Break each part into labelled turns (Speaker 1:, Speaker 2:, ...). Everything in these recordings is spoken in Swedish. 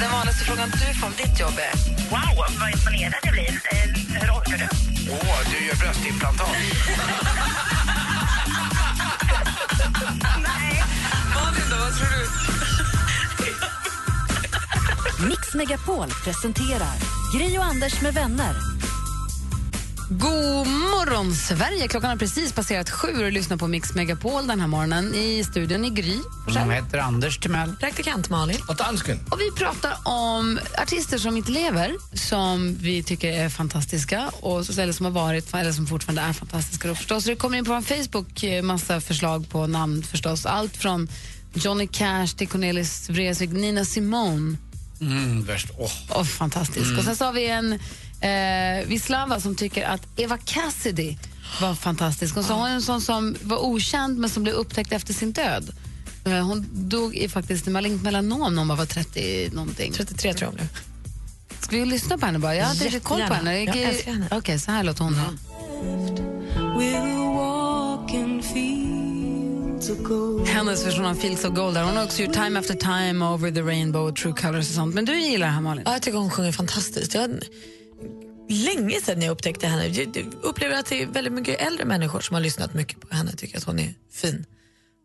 Speaker 1: Den vanligaste frågan du får om ditt jobb är? Wow, vad imponerad jag blir. Eh, Hur orkar du?
Speaker 2: Åh, du gör bröstimplantat.
Speaker 1: Malin då, vad tror du?
Speaker 3: Mix Megapol presenterar Gri och Anders med vänner.
Speaker 4: God morgon, Sverige! Klockan har precis passerat sju och du lyssnar på Mix Megapol den här morgonen i studion i Gry.
Speaker 5: Som Mm, heter Anders Timell.
Speaker 4: Praktikant Malin.
Speaker 2: Och dansken.
Speaker 4: Och vi pratar om artister som inte lever, som vi tycker är fantastiska och så- eller som har varit eller som fortfarande är fantastiska. Då förstås. Det kommer in på vår Facebook eh, massa förslag på namn förstås. Allt från Johnny Cash till Cornelis Vreeswijk, Nina Simone.
Speaker 5: Mm, värst. Åh,
Speaker 4: Oh, fantastisk. Och sen så har vi en eh, Vislava som tycker att Eva Cassidy var fantastisk. Hon, sa, hon är en sån som var okänd men som blev upptäckt efter sin död. Eh, hon dog i faktiskt i malignt melanom när hon bara var 30 någonting.
Speaker 6: 33 tror jag nu.
Speaker 4: Ska vi lyssna på henne bara? Jag hade inte koll på
Speaker 6: Jättegärna.
Speaker 4: henne.
Speaker 6: Jag älskar henne. Mm.
Speaker 4: Okej, så här låter hon. då. Hennes version av Fields of Gold. Där. Hon har också gjort Time After Time, Over the Rainbow, True Colors och sånt. Men du gillar det här, Malin?
Speaker 6: Ja, jag tycker hon sjunger fantastiskt. Jag, länge sedan jag upptäckte henne. Jag jag upplever att det är väldigt mycket äldre människor som har lyssnat mycket på henne tycker att hon är fin.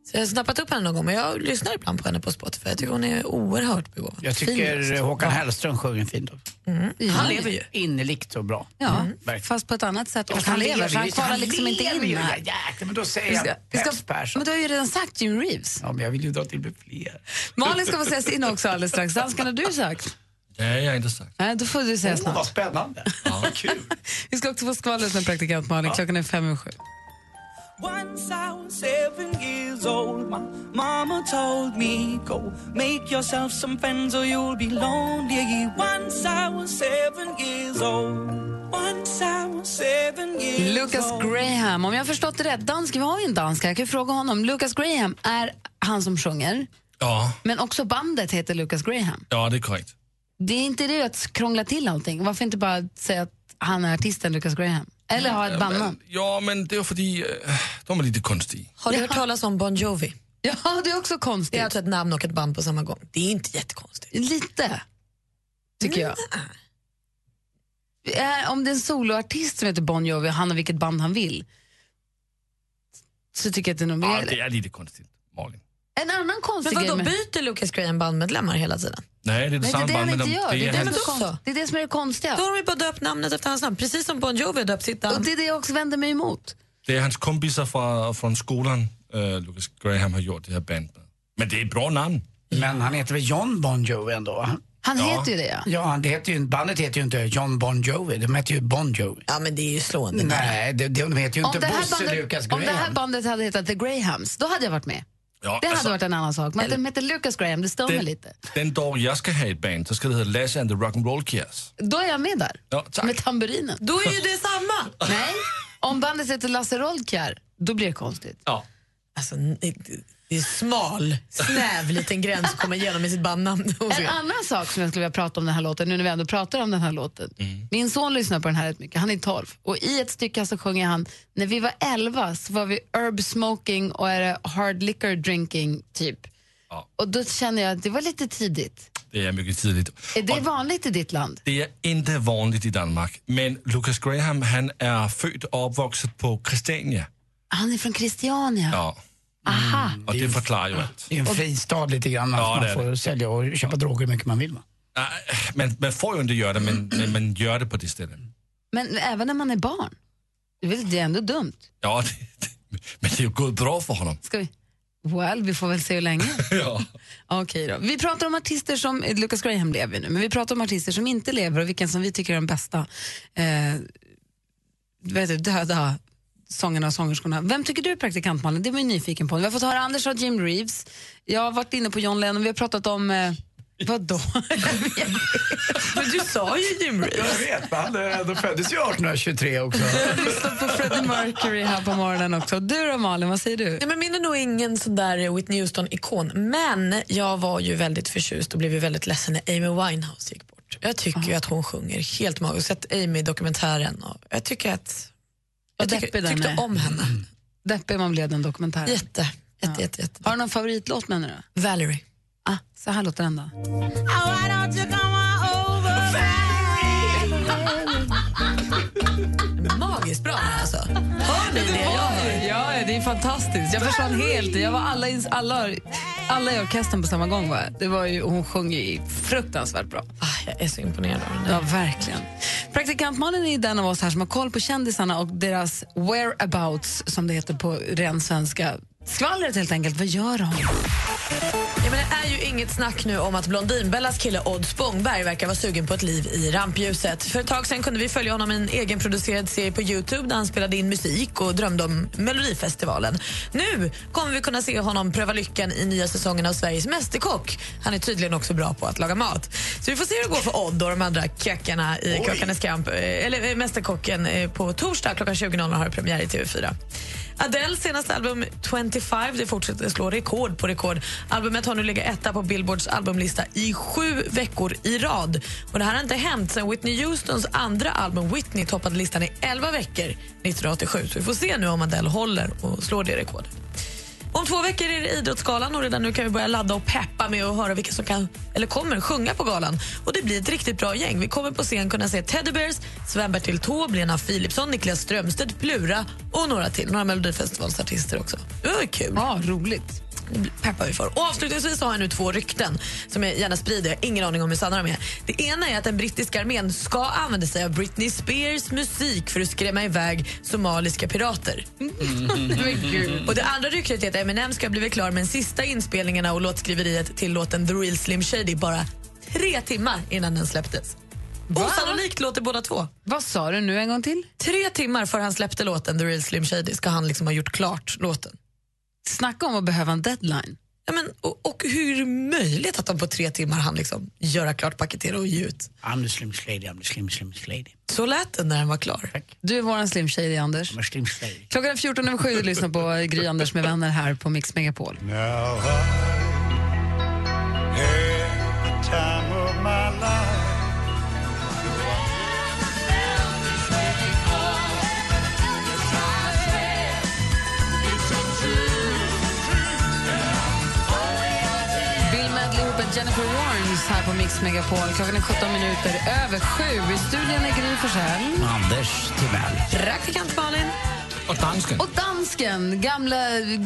Speaker 6: Så jag har snappat upp henne någon gång, men jag lyssnar ibland på henne på Spotify. Jag tycker hon är oerhört begåvad.
Speaker 5: jag
Speaker 6: Fin alltså.
Speaker 5: tycker
Speaker 6: röst.
Speaker 5: Håkan Hellström sjunger fint. också.
Speaker 6: Han lever ju.
Speaker 5: Innerligt och bra. Mm,
Speaker 4: Ja,
Speaker 5: verkligen.
Speaker 4: fast på ett annat sätt. Och han, lever, så han
Speaker 5: ju.
Speaker 4: kvalar liksom inte
Speaker 5: lever
Speaker 4: in
Speaker 5: ju.
Speaker 4: här.
Speaker 5: Jäklar, men då säger
Speaker 4: Vi ska,
Speaker 5: jag
Speaker 4: vi ska,
Speaker 5: Peps Persson.
Speaker 4: men du har ju redan sagt Jim Reeves.
Speaker 5: Ja, men jag vill ju dra till med fler.
Speaker 4: Malin ska få säga sin också alldeles strax. Dansken, har du sagt?
Speaker 2: Nej, jag har inte sagt.
Speaker 4: Nej, då får du säga
Speaker 5: Åh,
Speaker 4: snart.
Speaker 5: vad spännande. Ja, kul.
Speaker 4: Vi ska också få skvallret med praktikant Malin. Klockan är fem över sju.
Speaker 7: Once I was seven years old, my mama told me, Go make yourself some friends or you'll be lonely. Once I was seven years old. Once I was seven years
Speaker 4: Lucas
Speaker 7: old.
Speaker 4: Graham, om jag har förstått det rätt, dansk, vi har ju en dansk här. jag kan ju fråga honom. Lucas Graham är han som sjunger,
Speaker 2: Ja,
Speaker 4: men också bandet heter Lucas Graham.
Speaker 2: ja det är korrekt.
Speaker 4: Det är inte det att krångla till allting. Varför inte bara säga att han är artisten Lucas Graham? Eller ha ett bandnamn.
Speaker 2: Ja, men det är för att de är lite konstiga.
Speaker 6: Har du hört talas om Bon Jovi?
Speaker 4: Ja, det är också
Speaker 6: Det
Speaker 4: konstigt.
Speaker 6: är alltså ett namn och ett band på samma gång. Det är inte jättekonstigt.
Speaker 4: Lite, tycker jag. Eh, Om det är en soloartist som heter Bon Jovi och han har vilket band han vill så tycker jag att det är nog
Speaker 2: Ja,
Speaker 4: mer.
Speaker 2: det är lite konstigt, Malin.
Speaker 4: En annan konstig
Speaker 6: Men
Speaker 4: grej
Speaker 6: vadå,
Speaker 4: med-
Speaker 6: byter Lucas Graham bandmedlemmar hela tiden?
Speaker 2: Nej, det är
Speaker 4: Nej, det är
Speaker 2: samma
Speaker 4: det han
Speaker 2: band
Speaker 4: inte
Speaker 2: med
Speaker 4: gör. Det är det,
Speaker 2: hans-
Speaker 4: som är
Speaker 6: hans-
Speaker 4: konst- det är det som är det konstiga.
Speaker 6: Då har de ju bara döpt namnet efter hans namn, precis som Bon Jovi har döpt sitt
Speaker 4: Och
Speaker 6: namn.
Speaker 4: det är det jag också vänder mig emot.
Speaker 2: det är hans kompisar från, från skolan, eh, Lucas Graham, har gjort det här bandet. Men det är ett bra namn.
Speaker 5: Men han heter väl John Bon Jovi ändå?
Speaker 4: Han
Speaker 2: Ja.
Speaker 4: heter ju det, ja.
Speaker 5: Ja, han- det heter ju, bandet heter ju inte John Bon Jovi, de heter ju Bon Jovi.
Speaker 6: Ja, men det är ju slående.
Speaker 4: Mm.
Speaker 5: Nej, de, de heter ju
Speaker 4: Om
Speaker 5: inte
Speaker 4: det, här
Speaker 5: Bosse
Speaker 4: bandet,
Speaker 5: Lucas
Speaker 4: om
Speaker 5: Graham.
Speaker 4: det här bandet hade hetat The Grahams, då hade jag varit med.
Speaker 2: Ja,
Speaker 4: Det hade
Speaker 2: alltså,
Speaker 4: varit en annan sak. Men att de heter Lucas Graham, det stör mig lite.
Speaker 2: den dag jag ska ha ett band så ska det heta Lasse and the Rock'n'Roll Kias.
Speaker 4: Då är jag med där,
Speaker 2: Ja, tack.
Speaker 4: med tamburinen.
Speaker 6: Då är ju det samma!
Speaker 4: Nej, om bandet heter Lasse Roldkjær, då blir det konstigt.
Speaker 2: Ja.
Speaker 6: Alltså, det det är smal, snäv liten gräns att komma igenom med sitt bandnamn. Och så.
Speaker 4: En annan sak som jag skulle vilja prata om den här låten, nu när vi ändå pratar om den här låten.
Speaker 2: Mm.
Speaker 4: Min son lyssnar på den här rätt mycket, han är 12. Och i ett stycke så sjunger han, när vi var 11 så var vi herb smoking och är det hard liquor drinking typ.
Speaker 2: Ja.
Speaker 4: Och då känner jag att det var lite tidigt.
Speaker 2: Det är mycket tidigt.
Speaker 4: Är det
Speaker 2: Och-
Speaker 4: vanligt i ditt land?
Speaker 2: Det är inte vanligt i Danmark, men Lucas Graham han är född och uppvuxen på Christiania.
Speaker 4: Han är från Christiania.
Speaker 2: Ja,
Speaker 4: Aha.
Speaker 2: och det förklarar ju allt.
Speaker 5: Det är en fristad lite grann, alltså.
Speaker 2: Ja,
Speaker 5: man
Speaker 2: det är
Speaker 5: får sälja och köpa droger hur mycket man vill. Va?
Speaker 2: Nej, Man, man får ju inte göra det, men, men man gör det på det stället.
Speaker 4: Men även när man är barn. Det är väl- det är ändå dumt.
Speaker 2: Ja, det, det, men det är ju gått bra för honom.
Speaker 4: Ska vi? Well, vi får väl se hur länge.
Speaker 2: Ja.
Speaker 4: Okej då. Vi pratar om artister som, eh, Lucas Graham lever ju nu, men vi pratar om artister som inte lever och vilken som vi tycker är de bästa eh, vet du, döda sångarna och sångerskorna. Vem tycker du är praktikant Malin? Det var jag nyfiken på. Vi har fått höra Anders och Jim Reeves. Jag har varit inne på John Lennon, vi har pratat om eh, Vadå?
Speaker 6: Men du sa ju Jim Reeves.
Speaker 5: Jag vet, men han eh, de föddes ju 1823 också.
Speaker 4: Jag lyssnar på Freddie Mercury här på morgonen också. Du då Malin, vad säger du?
Speaker 6: Nej, men min är nog ingen sån där Whitney Houston-ikon, men jag var ju väldigt förtjust och blev ju väldigt ledsen när Amy Winehouse gick bort. Jag tycker ju att hon sjunger helt magiskt. Sett Amy-dokumentären och jag tycker att... Jag
Speaker 4: Vad
Speaker 6: tycker,
Speaker 4: deppig den
Speaker 6: tyckte
Speaker 4: är.
Speaker 6: om henne.
Speaker 4: Deppig man blev den dokumentären.
Speaker 6: Jätte, jätte, jätte, jätte.
Speaker 4: Har du någon favoritlåt menar du?
Speaker 6: Valerie.
Speaker 4: Ah, så här låter den då.
Speaker 6: Magiskt bra alltså. Hör ni det? Jag hör.
Speaker 4: Ja, det är fantastiskt. Jag försvann helt. Jag var alla, i- alla, alla i orkestern på samma gång. Var jag. det var ju, hon sjöng ju fruktansvärt bra.
Speaker 6: Ah, jag är så imponerad av den där.
Speaker 4: Ja, verkligen. Praktikant Malin är den av oss här som har koll på kändisarna och deras whereabouts, som det heter på ren svenska. Skvallret helt enkelt. Vad gör de?
Speaker 6: Ja, men det är ju inget snack nu om att Blondinbellas kille Odd Spångberg verkar vara sugen på ett liv i rampljuset. För ett tag sen kunde vi följa honom i en egenproducerad serie på Youtube där han spelade in musik och drömde om Melodifestivalen. Nu kommer vi kunna se honom pröva lyckan i nya säsongen av Sveriges Mästerkock. Han är tydligen också bra på att laga mat. Så vi får se hur det går för Odd och de andra kackarna i Kockarnas kamp, eh, eller eh, Mästerkocken eh, på torsdag klockan 20.00 har det premiär i TV4. Adeles senaste album 25 det fortsätter slå rekord på rekord. Albumet har nu legat etta på Billboards albumlista i sju veckor i rad. Och Det här har inte hänt sedan Whitney Houstons andra album Whitney toppade listan i 11 veckor 1987. Så vi får se nu om Adele håller och slår det rekordet. Om två veckor är det Idrottsgalan och redan nu kan vi börja ladda och peppa med att höra vilka som kan, eller kommer sjunga på galan. Och Det blir ett riktigt bra gäng. Vi kommer på scen kunna se Teddy Bears, Sven-Bertil Taube, Lena Philipsson, Niklas Strömstedt, Plura och några till. Några Melodifestivalsartister också. Det var kul.
Speaker 4: Ja, roligt.
Speaker 6: Det peppar vi för. Och avslutningsvis så har jag nu två rykten som jag gärna sprider. Jag har ingen aning om hur sanna de är. Det ena är att den brittiska armén ska använda sig av Britney Spears musik för att skrämma iväg somaliska pirater.
Speaker 4: Men gud.
Speaker 6: Och det andra ryktet är att Eminem ska bli klar med den sista inspelningarna och låtskriveriet till låten The Real Slim Shady bara tre timmar innan den släpptes. Osannolikt låter båda två.
Speaker 4: Vad sa du nu en gång till?
Speaker 6: Tre timmar före han släppte låten The Real Slim Shady ska han liksom ha gjort klart låten.
Speaker 4: Snacka om att behöva en deadline.
Speaker 6: Ja, men, och, och hur är det möjligt att de på tre timmar hann liksom göra klart, paketera och ge ut?
Speaker 5: I'm the slim lady, I'm the slim slim lady.
Speaker 6: Så lät den när den var klar.
Speaker 4: Du är våran slim shady, Anders.
Speaker 5: I'm a slim lady.
Speaker 4: Klockan är 14 över 7 du lyssnar på Gry Anders med vänner här på Mix Megapol. Bill Medley ihop med Jennifer Warnes här på Mix Megapol. Klockan är 17 minuter över 7. I studion är Gry Forssell.
Speaker 5: Anders Timell.
Speaker 6: Praktikant Malin.
Speaker 2: Och dansken.
Speaker 4: Och dansken, gamla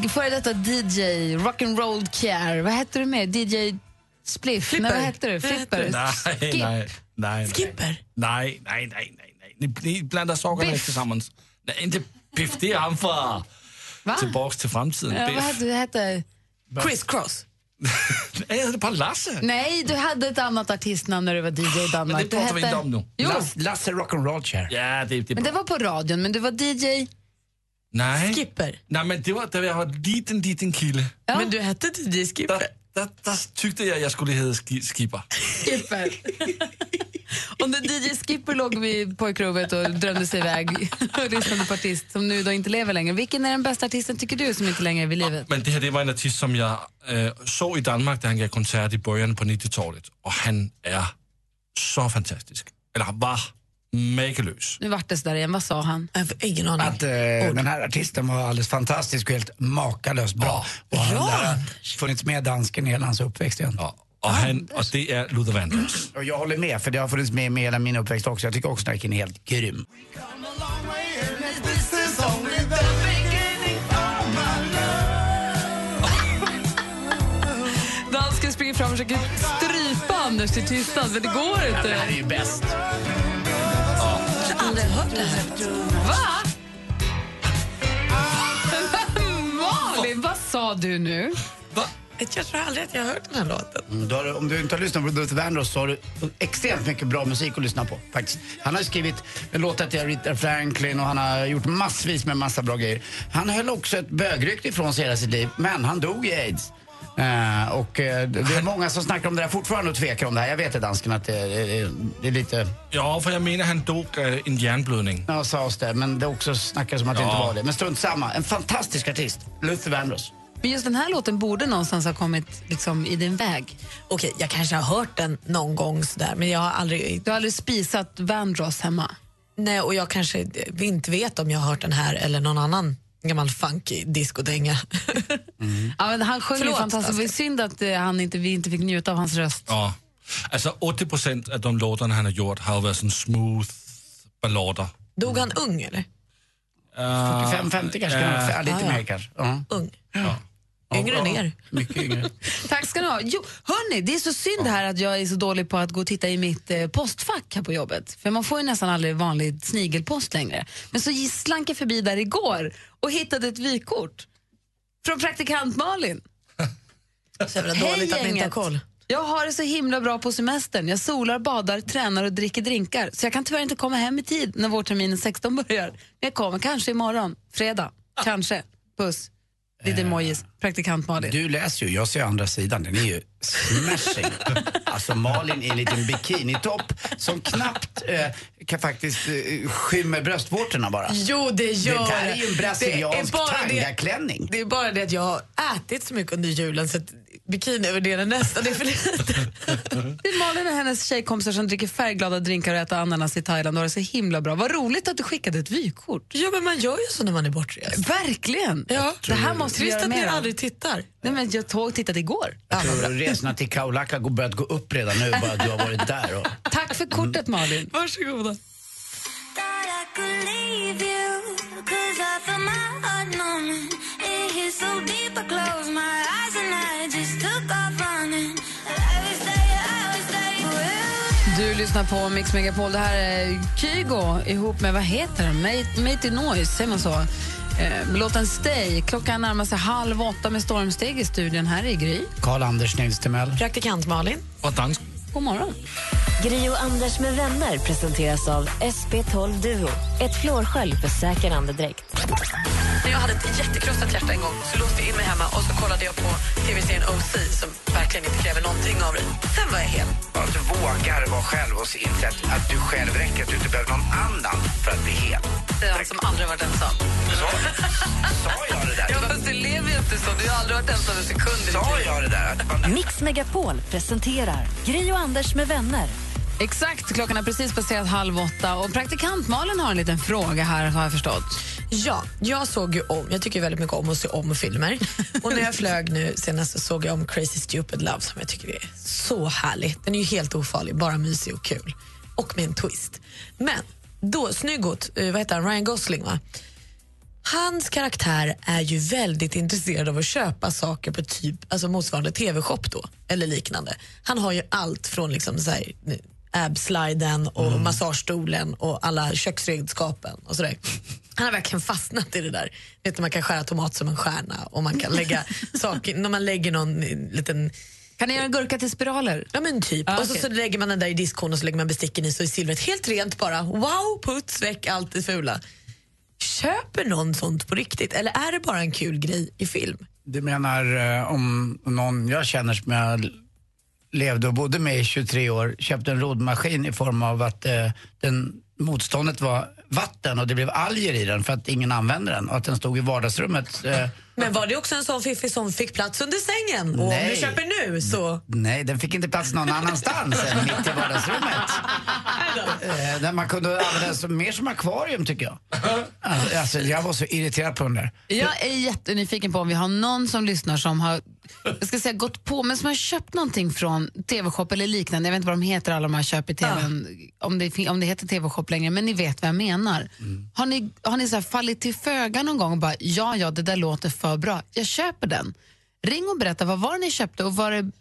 Speaker 4: före detta DJ, rock'n'roll care. Vad hette du med? DJ Spliff?
Speaker 6: Flipper.
Speaker 4: Nej, vad hette du? Flipper?
Speaker 2: Nej, nej, nej.
Speaker 6: Skipper.
Speaker 2: Nej, nej, nej, nej. nej. Ni, ni blandar sakerna
Speaker 4: Biff.
Speaker 2: tillsammans. Nej, inte Biff, det är han från
Speaker 4: Va?
Speaker 2: Tillbaks till framtiden.
Speaker 4: Ja, vad
Speaker 2: Biff.
Speaker 4: hette, hette?
Speaker 6: Criss Cross.
Speaker 2: Nej, jag hette bara Lasse.
Speaker 4: Nej, du hade ett annat artistnamn när du var DJ i Danmark.
Speaker 2: Men det pratar
Speaker 4: Du
Speaker 2: vi
Speaker 4: hette-
Speaker 2: inte om nu.
Speaker 4: Jo,
Speaker 5: Lasse, Lasse Rock'n'Roll Chair.
Speaker 2: Ja, det, det är
Speaker 4: men
Speaker 2: bra.
Speaker 4: det var på radion, men du var DJ.
Speaker 2: Nej.
Speaker 6: Skipper.
Speaker 2: Nej, men det var da jag var en liten, liten kille.
Speaker 4: Ja.
Speaker 6: Men du hette DJ
Speaker 2: Der,
Speaker 6: Skipper.
Speaker 2: der, der tyckte jag jag skulle heta ski, Skipper.
Speaker 4: Skipper. Och när DJ Skipper låg vid pojkrovet och drömde sig iväg och lyssnade på artist som nu då inte lever längre. Vilken är den bästa artisten tycker du som inte längre är vid livet?
Speaker 2: Men det her, det var en artist, som jeg øh, så i Danmark, da han gav koncert i bøgerne på 90-tallet. Og han er så fantastisk. Eller var makeløs.
Speaker 4: Nu vart det så där igen, vad sa han?
Speaker 6: Jag har ingen aning.
Speaker 5: Att eh, den här artisten var alldeles fantastisk och helt makalöst bra. och han där har funnits med dansken i hela hans uppväxt igen.
Speaker 2: Og, og, Ah, han, og det er Luther Vandross.
Speaker 5: Och jag håller med, för det har funnits med med hela min uppväxt också. Jag tycker också att den är helt grym.
Speaker 4: Dansken springer fram och försöker strypa Anders till tystnad, men det går
Speaker 5: Det här är
Speaker 4: inte.
Speaker 5: ju bäst.
Speaker 6: Jag har aldrig hört det här.
Speaker 4: Va? Malin, vad sa du nu?
Speaker 6: Jag tror aldrig att jag har hört den här låten.
Speaker 5: Mm, Då har, du- om du inte har lyssnat på Luther Vandross så har du extremt mycket bra musik att lyssna på. faktiskt. Han har ju skrivit låtar till Rita Franklin och han har gjort massvis med massa bra grejer. Han höll också ett bögrykte ifrån sig hela sitt liv, men han dog i aids. Eh, och eh, det det är många som snackar om det där fortfarande och tvekar om det här. Jag vet det dansken att det, det, det är lite...
Speaker 2: Ja, för jag menar han dog eh, en hjärnblödning.
Speaker 5: Ja, sades det. Men det också snackas om att det
Speaker 2: Ja.
Speaker 5: inte var det. Men strunt samma. En fantastisk artist. Luther Vandross.
Speaker 4: Men just den här låten borde någonstans ha kommit liksom, i din väg.
Speaker 6: Okej, jag kanske har hört den någon gång sådär, men jag har aldrig...
Speaker 4: Du har aldrig spisat Vandross hemma.
Speaker 6: Nej, och jag kanske inte vet om jag har hört den här eller någon annan gammal funky discodänga. Mm.
Speaker 4: Ja, men han sjöng ju
Speaker 6: Förlåt,
Speaker 4: fantastiskt. Det är
Speaker 6: Oskar.
Speaker 4: synd att eh, han inte, vi inte fick njuta av hans röst.
Speaker 2: Ja. Alltså 80 procent av de låtarna han har gjort har varit sån smooth ballader.
Speaker 6: Dog han ung eller?
Speaker 2: Eh,
Speaker 5: 45, 50 kanske.
Speaker 2: eh,
Speaker 5: Ja, lite mer kanske. Ja.
Speaker 6: Ung.
Speaker 2: ja.
Speaker 6: Yngre än er.
Speaker 5: Mycket yngre.
Speaker 4: Tack ska ni ha. Jo, hörni, det är så synd här att jag är så dålig på att gå och titta i mitt eh, postfack här på jobbet. För man får ju nästan aldrig vanlig snigelpost längre. Men så gi- slank jag förbi där igår och hittade ett vykort från praktikant Malin.
Speaker 6: Så jävla dåligt att ni inte har koll.
Speaker 4: Jag har det så himla bra på semestern. Jag solar, badar, tränar och dricker drinkar. Så jag kan tyvärr inte komma hem i tid när vårterminen 16 börjar. Men jag kommer kanske imorgon, fredag.
Speaker 6: Ah.
Speaker 4: Kanske. Puss. Lite
Speaker 6: Eh.
Speaker 4: emojis. Praktikant Malin.
Speaker 5: Du läser ju, jag ser andra sidan. Den är ju smashing. Alltså Malin i en liten bikinitopp som knappt eh, kan faktiskt eh, skymmer bröstvårtorna bara.
Speaker 6: Jo, det gör
Speaker 5: Det där är ju en brasiliansk
Speaker 6: Mm. Det är bara det-
Speaker 5: tangaklänning.
Speaker 6: Det är bara det att jag har ätit så mycket under julen så att bikini över det är nästan det är för lite.
Speaker 4: Det är Malin och hennes tjejkompisar som dricker färgglada drinkar och äter ananas i Thailand och har det så himla bra. Vad roligt att du skickade ett vykort.
Speaker 6: Ja, men man gör ju så när man är bortrest.
Speaker 4: Verkligen!
Speaker 6: Ja.
Speaker 4: Det här måste vi
Speaker 6: Trist
Speaker 4: göra
Speaker 6: att ni
Speaker 4: mer av.
Speaker 6: aldrig tittar.
Speaker 4: Nej, men jag tog tittat igår.
Speaker 5: Jag tror Resorna till Kaulaka har börjat gå upp redan nu bara att du har varit där. Och...
Speaker 4: Tack
Speaker 6: Mm.
Speaker 4: för kortet Malin.
Speaker 6: Varsågoda.
Speaker 4: Du lyssnar på Mix Megapol. Det här är Kygo ihop med, vad heter den? Mate- Matey Noise, säger man så? Eh, med låten Stay. Klockan närmar sig halv åtta med stormsteg i studion. Här är Gry.
Speaker 5: Karl-Anders Nils Timell.
Speaker 6: Praktikant Malin.
Speaker 2: Och dansk.
Speaker 4: God morgon.
Speaker 3: Gri och Anders med vänner presenteras av SP12 Duo. Ett flårskölj för säker andedräkt.
Speaker 6: När jag hade ett jättekrossat hjärta en gång så låste jag in mig hemma och så kollade jag på tv-serien OC som verkligen inte kräver någonting av dig. Sen var jag hel.
Speaker 8: Att du vågar vara själv och inse att, att du själv räcker, att du inte behöver någon annan för att bli hel.
Speaker 6: Det är han som aldrig varit ensam.
Speaker 8: Sa, sa jag det där?
Speaker 6: Ja, fast du lever ju inte så. Du har aldrig varit ensam en sekund. i ditt
Speaker 8: Sa
Speaker 6: liv.
Speaker 8: jag det där? Att man,
Speaker 3: Mix Megapol presenterar Gri och Anders med vänner.
Speaker 4: Exakt, klockan har precis passerat halv åtta och praktikant Malin har en liten fråga här har jag förstått.
Speaker 6: Ja, jag såg ju om, jag tycker väldigt mycket om att se om filmer. Och när jag flög nu senast så såg jag om Crazy Stupid Love som jag tycker är så härlig. Den är ju helt ofarlig, bara mysig och kul. Och med en twist. Men då, snyggot, eh, vad heter han, Ryan Gosling va? Hans karaktär är ju väldigt intresserad av att köpa saker på typ alltså motsvarande tv-shop då, eller liknande. Han har ju allt från liksom så här, eh, absliden och
Speaker 4: Mm.
Speaker 6: massagestolen och alla köksredskapen och sådär. Han har verkligen fastnat i det där. Vet du, man kan skära tomat som en stjärna och man kan lägga saker, när man lägger någon eh, liten
Speaker 4: Kan ni göra en gurka till spiraler?
Speaker 6: Ja men typ.
Speaker 4: Ah,
Speaker 6: och så,
Speaker 4: okej.
Speaker 6: så lägger man den där i diskon och så lägger man besticken i så är silvret helt rent bara. Wow, puts, väck allt det fula. Köper någon sånt på riktigt eller är det bara en kul grej i film?
Speaker 5: Du menar eh, om någon jag känner som jag levde och bodde med i 23 år köpte en roddmaskin i form av att eh, den, motståndet var vatten och det blev alger i den för att ingen använde den och att den stod i vardagsrummet. Eh,
Speaker 6: Men var det också en sån fiffig som fick plats under sängen? Och om
Speaker 5: Nej.
Speaker 6: du köper nu så...
Speaker 5: nej, den fick inte plats någon annanstans än mitt i vardagsrummet. Eh, där man kunde använda den som, mer som akvarium tycker jag. Alltså, alltså, jag var så irriterad på den där.
Speaker 4: Jag är jättenyfiken på om vi har någon som lyssnar som har jag ska säga, gått på, men som har köpt någonting från tv-shop eller liknande. Jag vet inte vad de heter alla de här köp i tv om, det, fin- om det heter tv-shop längre, men ni vet vad jag menar. Har ni, har ni så här fallit till föga någon gång och bara ja, ja, det där låter för bra, jag köper den. Ring och berätta, vad var det ni köpte och var det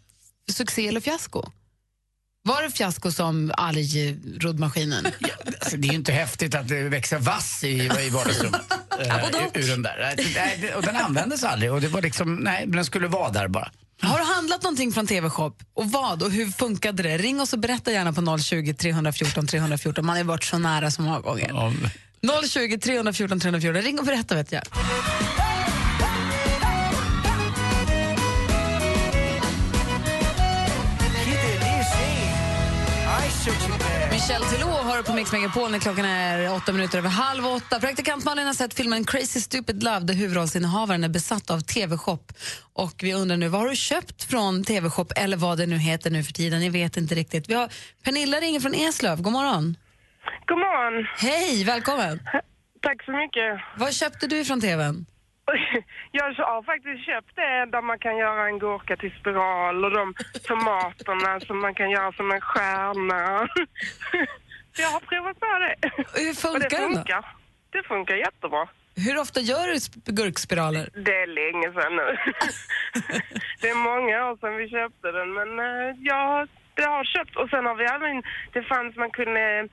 Speaker 4: succé eller fiasko? Var det fiasko som algroddmaskinen?
Speaker 5: Alltså, det är ju inte häftigt att det växer vass i, i vardagsrummet. eh,
Speaker 6: Både och.
Speaker 5: ur, ur den där. Nej, det- Nej, det- och den användes aldrig. Och det var liksom, nej, men den skulle vara där bara.
Speaker 4: Har du handlat någonting från TV-shop? Och vad? Och hur funkade det? Ring oss och berätta gärna på 020 314 314. Man har ju varit så nära så många gånger. 020 314 314. Ring och berätta vet jag. Michel Telot och hör på Mix Megapol när klockan är åtta minuter över halv åtta. Praktikant Malin har sett filmen Crazy Stupid Love där huvudrollsinnehavaren är besatt av TV-shop. Och vi undrar nu, vad har du köpt från TV-shop eller vad det nu heter nu för tiden? Jag vet inte riktigt. Vi har Pernilla ringer från Eslöv. God morgon.
Speaker 9: God morgon.
Speaker 4: Hej, välkommen.
Speaker 9: Tack så mycket.
Speaker 4: Vad köpte du från TVn?
Speaker 9: Jag har faktiskt köpt det där man kan göra en gurka till spiral och de tomaterna som man kan göra som en stjärna. Så jag har provat på det.
Speaker 4: Hur funkar
Speaker 9: och det
Speaker 4: den då?
Speaker 9: funkar. Det funkar jättebra.
Speaker 4: Hur ofta gör du sp- gurkspiraler?
Speaker 9: Det är länge sedan nu. det är många år sedan vi köpte den, men eh, jag, jag har köpt och sen har vi även, det fanns man kunde eh,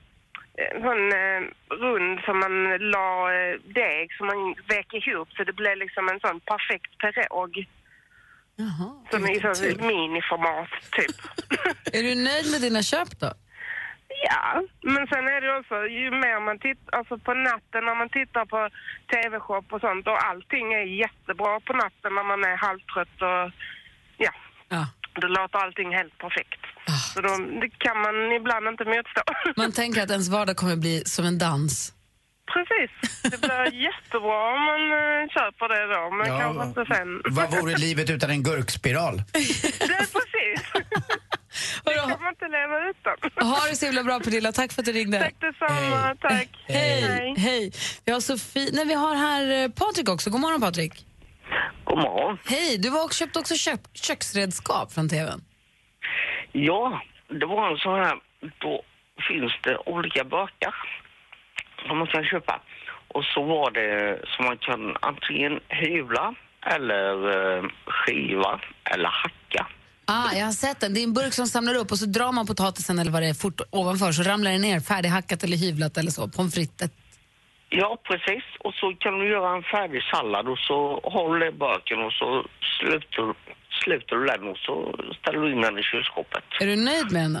Speaker 9: en sån eh, rund som man la eh, deg som man vek ihop så det blev liksom en sån perfekt pirog. Som i sån
Speaker 4: kul.
Speaker 9: miniformat typ.
Speaker 4: Är du nöjd med dina köp då?
Speaker 9: Ja, men sen är det också ju mer man tittar, alltså på natten när man tittar på TV-shop och sånt och allting är jättebra på natten när man är halvtrött och ja.
Speaker 4: ja. Ah.
Speaker 9: Då låter allting helt perfekt. Så då, det kan man ibland inte motstå.
Speaker 4: Man tänker att ens vardag kommer bli som en dans.
Speaker 9: Precis, det blir jättebra om man eh, köper det då, men
Speaker 5: Ja,
Speaker 9: kanske inte sen.
Speaker 5: Vad vore livet utan en gurkspiral?
Speaker 9: Det är precis. Det kan man inte leva utan.
Speaker 4: Ha det så himla bra Pernilla, tack för att du ringde.
Speaker 9: Tack detsamma, tack.
Speaker 4: Hej.
Speaker 9: Hej.
Speaker 4: Hej. Vi har Sofie, nej vi har här eh, Patrik också. God morgon Patrik.
Speaker 10: God morgon.
Speaker 4: Hej, du var också, köpte också köp, köksredskap från TVn.
Speaker 10: Ja, det var en sån här, då finns det olika burkar som man kan köpa. Och så var det som man kan antingen hyvla eller eh, skiva eller hacka.
Speaker 4: Ah, jag har sett den. Det är en burk som samlar upp och så drar man potatisen eller vad det är fort ovanför så ramlar den ner färdighackat eller hyvlat eller så. Pommes frites.
Speaker 10: Ja, precis. Och så kan du göra en färdig sallad och så har du det i burken och så sluter, sluter du den och så ställer du in den i kylskåpet.
Speaker 4: Är du nöjd med den då?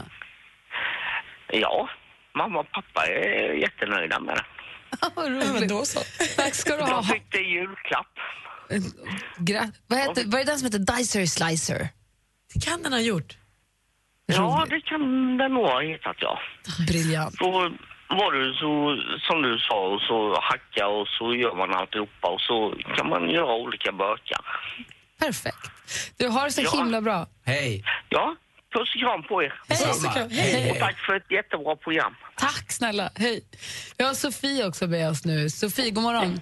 Speaker 10: Ja, mamma och pappa är jättenöjda med det.
Speaker 4: Vad roligt. men då så. Tack ska du ha.
Speaker 10: De fick det i julklapp.
Speaker 4: Gra- vad, heter, vad är den som heter Dicer Slicer?
Speaker 6: Det kan den ha gjort.
Speaker 10: Ja, det kan den nog ha hetat, ja.
Speaker 4: Briljant.
Speaker 10: Då var det så, som du sa, och så hacka och så gör man alltihopa och så kan man göra olika burkar.
Speaker 4: Perfekt. Du har det så
Speaker 10: Ja.
Speaker 4: himla bra.
Speaker 10: Hej! Ja, puss och kram på er.
Speaker 4: Puss och kram. Hej.
Speaker 10: Och tack för ett jättebra program.
Speaker 4: Tack snälla. Hej. Vi har Sofie också med oss nu. Sofie, god morgon.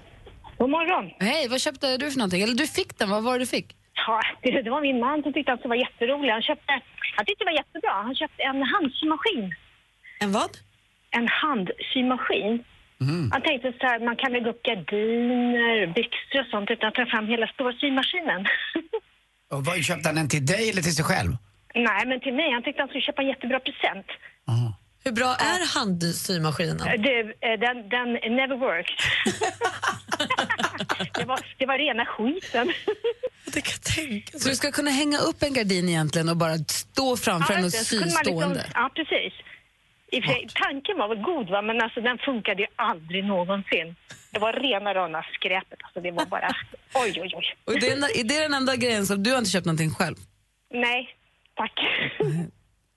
Speaker 11: God morgon.
Speaker 4: Hej, vad köpte du för någonting? Eller du fick den, vad var det du fick?
Speaker 11: Ja, det, det var min man som tyckte att det var jätteroligt. Han köpte, han tyckte det var jättebra. Han köpte en handsymaskin.
Speaker 6: En vad? Mhm.
Speaker 11: En handsymaskin. Han tänkte så här, man kan lägga upp gardiner, byxor och sånt utan att ta fram hela stora symaskinen.
Speaker 5: Och vad, köpte han den till dig eller till sig själv?
Speaker 11: Nej, men till mig. Han tyckte han skulle köpa en jättebra present.
Speaker 6: Hur bra är handsymaskinen?
Speaker 11: Eh, Det, eh, den, den never worked. det, var, det var rena skiten.
Speaker 4: Så du ska kunna hänga upp en gardin egentligen och bara stå framför den och
Speaker 11: precis.
Speaker 4: sy
Speaker 11: Kunde man liksom-
Speaker 4: stående?
Speaker 11: Ja, precis. I och för sig, tanken var väl god, va? men alltså, den funkade ju aldrig någonsin. Det var rena rana skräpet. Alltså, det var bara oj, oj, oj.
Speaker 4: Och det är, den- är det den enda grejen som du har inte köpt någonting själv?
Speaker 11: Nej, tack.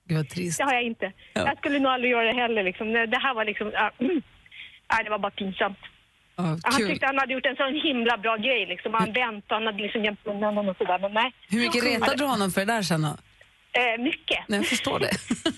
Speaker 4: Gud vad trist.
Speaker 11: Det har jag inte.
Speaker 4: Ja.
Speaker 11: Jag skulle nog aldrig göra det heller. Liksom. Det det här var liksom... ja, mm. Nej, det var bara pinsamt.
Speaker 4: Ja,
Speaker 11: Han
Speaker 4: kul.
Speaker 11: tyckte han hade gjort en sån himla bra grej. Liksom. Han väntade, han hade liksom gömt undan honom och sådär. Men nej.
Speaker 4: Hur mycket retade du honom för det där sen då?
Speaker 11: Eh, mycket.
Speaker 4: Nej, jag förstår det.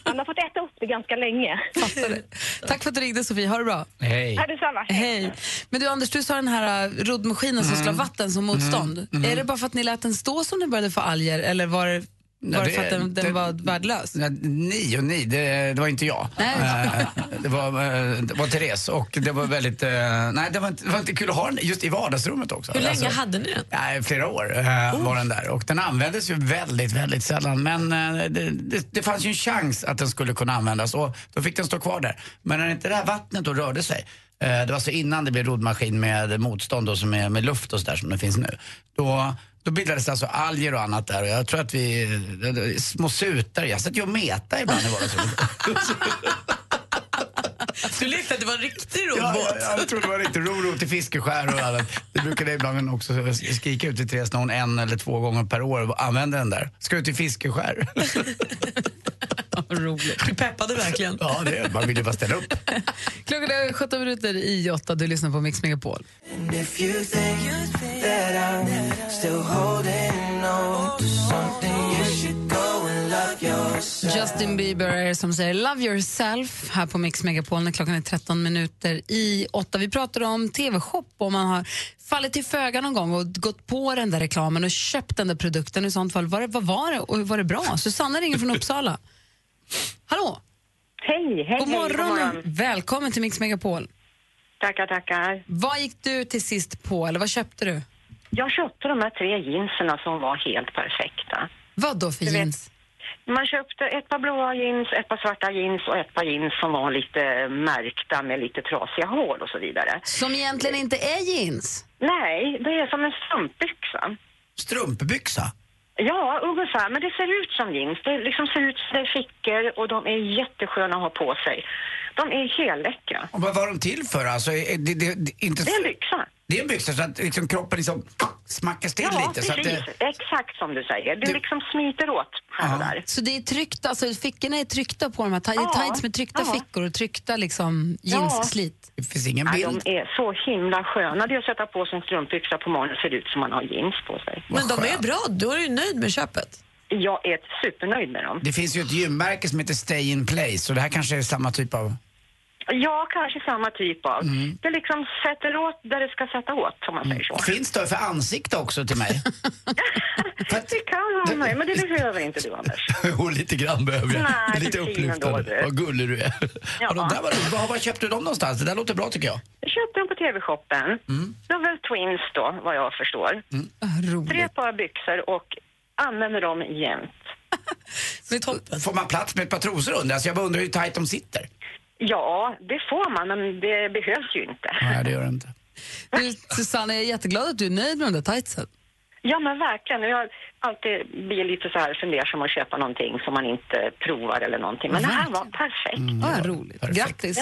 Speaker 11: Han har fått äta upp det ganska länge.
Speaker 4: Fattar det. Tack för att du ringde Sofie, ha det bra.
Speaker 5: Hej.
Speaker 11: Ja, detsamma.
Speaker 4: Hej. Men du Anders, du sa den här äh, roddmaskinen som skulle ha
Speaker 5: Mm.
Speaker 4: vatten som motstånd. Är det bara för att ni lät den stå som den började få alger eller var det, var
Speaker 5: Nej, det-
Speaker 4: det för att den, den
Speaker 5: det-
Speaker 4: var värdelös?
Speaker 5: Nej, Ni och ni, det, det var inte jag. Eh, Det var, eh, det var Therese och det var väldigt... eh, Nej, det var, inte, det var inte kul att ha den just i vardagsrummet också. Alltså.
Speaker 6: Hur länge hade ni den?
Speaker 5: Nej, flera år eh, var den där och den användes ju väldigt, väldigt sällan. Men eh, det, det, det fanns ju en chans att den skulle kunna användas och då fick den stå kvar där. Men när inte det här vattnet då rörde sig, eh, det var så innan det blev roddmaskin med motstånd och som är med luft och sådär som det finns nu. Då, då bildades det alltså alger och annat där och jag tror att vi, det- det- små sutar, jag satt ju och metade ibland i vardagsrummet.
Speaker 6: Du lekte att det var en riktig
Speaker 5: Ja,
Speaker 6: robot.
Speaker 5: jag, jag tror det var riktigt rorot till fiskeskär och annat. Det brukade jag ibland också skrika ut till Therese när hon en eller två gånger per år använder den där. Ska ut till fiskeskär.
Speaker 4: roligt.
Speaker 6: Du peppade verkligen.
Speaker 5: ja, det, man vill ju bara ställa upp.
Speaker 4: Klockan är 17 minuter i 8. Du lyssnar på Mix Megapol.
Speaker 7: And if you think that I'm still holding on to something, you should go and love yourself.
Speaker 4: Justin Bieber är det som säger Love yourself här på Mix Megapol när klockan är 13 minuter i 8. Vi pratar om TV-shop och om man har fallit till föga någon gång och gått på den där reklamen och köpt den där produkten. I sånt fall, vad, vad var det och var det bra? Susanna ringer från Uppsala. Hallå!
Speaker 11: Hej, hej,
Speaker 4: god
Speaker 11: hej,
Speaker 4: morgon.
Speaker 11: god morgon.
Speaker 5: Mm.
Speaker 4: Välkommen till Mix Megapol.
Speaker 11: Tackar, tackar.
Speaker 4: Vad gick du till sist på eller vad köpte du?
Speaker 11: Jag köpte de här tre jeansen som var helt perfekta.
Speaker 4: Vad då för jeans?
Speaker 11: Man köpte ett par blåa jeans, ett par svarta jeans och ett par jeans som var lite märkta med lite trasiga hål och så vidare.
Speaker 4: Som egentligen inte är jeans?
Speaker 11: Nej, det är som en strumpbyxa.
Speaker 5: Strumpbyxa?
Speaker 11: Ja, ungefär. Men det ser ut som jeans. Det liksom ser ut som det är fickor och de är jättesköna att ha på sig. De är helläckra.
Speaker 5: Och vad var de till för? Alltså, är det, det, det, inte...
Speaker 11: Det är en byxa.
Speaker 5: Det är en byxa så att liksom kroppen liksom smackas till
Speaker 11: Ja,
Speaker 5: lite. Så att,
Speaker 11: precis.
Speaker 5: det-
Speaker 11: Exakt som du säger. Det liksom smiter åt här och där.
Speaker 4: Så det är tryckt, alltså fickorna är tryckta på de här, ja.
Speaker 11: Ja.
Speaker 4: tights med tryckta
Speaker 11: Ja.
Speaker 4: fickor och tryckta liksom
Speaker 11: Ja.
Speaker 4: jeansslit.
Speaker 5: Det finns ingen
Speaker 11: Ja,
Speaker 5: bild.
Speaker 11: de
Speaker 6: Mm.
Speaker 11: är så himla sköna. Det är att sätta på sig en strumpbyxa på morgonen ser det ut som man har jeans på sig.
Speaker 6: Men de är bra, då är du nöjd med köpet.
Speaker 11: Jag är supernöjd med dem.
Speaker 5: Det finns ju ett gymmärke som heter Stay In Place och det här kanske är samma typ av...
Speaker 11: Ja, kanske samma typ av. Det liksom sätter åt där det ska sätta åt, om man säger så.
Speaker 5: Finns det för ansikte också till mig?
Speaker 11: Det kan vara mig, men det behöver inte du, Anders.
Speaker 5: Jo, lite grann behöver jag.
Speaker 11: Nej,
Speaker 5: lite
Speaker 11: du är fin ändå,
Speaker 5: upplyftande.
Speaker 11: du.
Speaker 5: Vad gullig du är. Ja. De där var, roligt. var, var köpte du dem någonstans? Det där låter bra tycker jag.
Speaker 11: Jag köpte dem på TV-shoppen. De var väl twins då, vad jag förstår. Tre par byxor och använder dem jämt.
Speaker 5: Får man plats med ett par trosor under? Alltså jag bara undrar hur tajt de sitter.
Speaker 11: Ja, det får man, men det behövs ju inte.
Speaker 5: Nej, det gör det inte.
Speaker 4: Du, Susanne, jag är jätteglad att du är nöjd med de där tightsen.
Speaker 11: Ja, men verkligen. Jag alltid blir lite så här fundersam att köpa någonting som man inte provar eller någonting. Men det här var perfekt.
Speaker 6: Mm.
Speaker 4: Vad roligt. Grattis.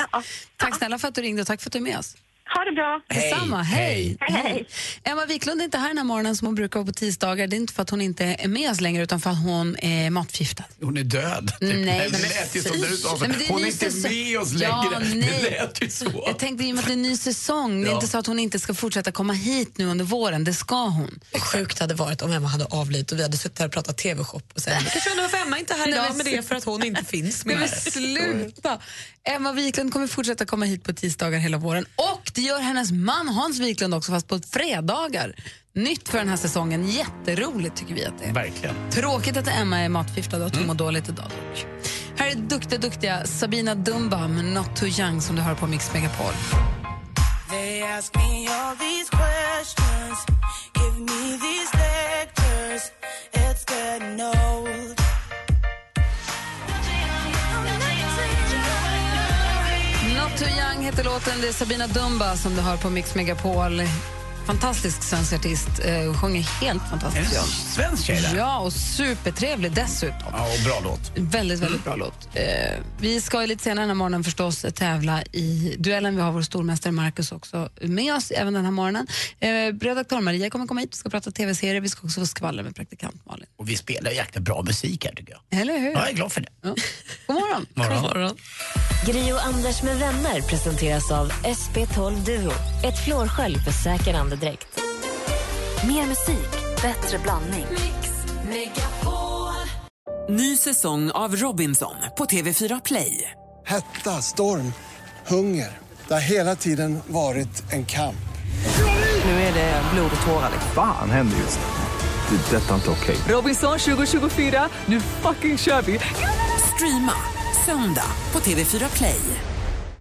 Speaker 4: Tack snälla för att du ringde och tack för att du är med oss.
Speaker 11: Ha det bra.
Speaker 4: Hej. Detsamma. Hej.
Speaker 11: Hej, hej.
Speaker 4: Emma Wiklund är inte här den här morgonen som hon brukar vara på tisdagar. Det är inte för att hon inte är med oss längre utan för att hon är matförgiftad.
Speaker 5: Hon är död.
Speaker 4: Mm, Nej, men
Speaker 5: det lät ju som
Speaker 4: fy.
Speaker 5: du sa.
Speaker 4: Nej, men det är
Speaker 5: Hon
Speaker 4: ny
Speaker 5: är inte
Speaker 4: säsong.
Speaker 5: med oss
Speaker 4: Ja,
Speaker 5: längre.
Speaker 4: nej.
Speaker 5: det lät ju så.
Speaker 4: Jag tänkte i och med att det är en ny säsong, det är
Speaker 5: Ja.
Speaker 4: inte så att hon inte ska fortsätta komma hit nu under våren, det ska hon.
Speaker 6: Sjukt hade varit om Emma hade avlidit och vi hade suttit här och pratat tv-shop och sen kanske undrar varför Emma inte är här
Speaker 4: Nej,
Speaker 6: idag,
Speaker 4: men
Speaker 6: men det är för att hon inte finns med.
Speaker 4: Nej, men sluta! Emma Wiklund kommer fortsätta komma hit på tisdagar hela våren och det gör hennes man Hans Wiklund också fast på fredagar. Nytt för den här säsongen, jätteroligt tycker vi att det är.
Speaker 5: Verkligen.
Speaker 4: Tråkigt att Emma är matförgiftad och att hon mår dåligt idag dock. Här är duktiga, duktiga Sabina Dumba med Not Too Young som du hör på Mix Megapol.
Speaker 7: They ask me all these questions, give me these lectures. It's getting old.
Speaker 4: Not Too Young heter låten. Det är Sabina Dumba som du hör på Mix Megapol. Fantastisk svensk artist. Eh, sjunger helt
Speaker 5: Är
Speaker 4: fantastiskt.
Speaker 5: det
Speaker 4: ja.
Speaker 5: en svensk tjej där?
Speaker 4: Ja, och supertrevlig dessutom.
Speaker 5: Ja, och bra låt.
Speaker 4: Väldigt, väldigt bra låt. Eh, vi ska ju lite senare den här morgonen förstås tävla i duellen. Vi har vår stormästare Marcus också med oss även den här morgonen. Eh, redaktör Maria kommer komma hit. Vi ska prata tv-serier. Vi ska också få skvaller med praktikant Malin.
Speaker 5: Och vi spelar jäkla bra musik här tycker jag.
Speaker 4: Eller hur?
Speaker 5: Ja, jag är glad för det.
Speaker 4: God morgon.
Speaker 5: Morgon.
Speaker 3: Gri och Anders med vänner presenteras av SP12 Duo. Ett flårskölj för säker andedräkt. Mer musik, bättre blandning.
Speaker 12: Ny säsong av Robinson på TV4 Play.
Speaker 13: Hetta, storm, hunger. Det har hela tiden varit en kamp.
Speaker 12: Nu är det blod och tårar. liksom.
Speaker 14: Fan händer just det. Det är detta inte okej.
Speaker 12: Robinson 2024, nu fucking kör vi! Streama söndag på TV4 Play.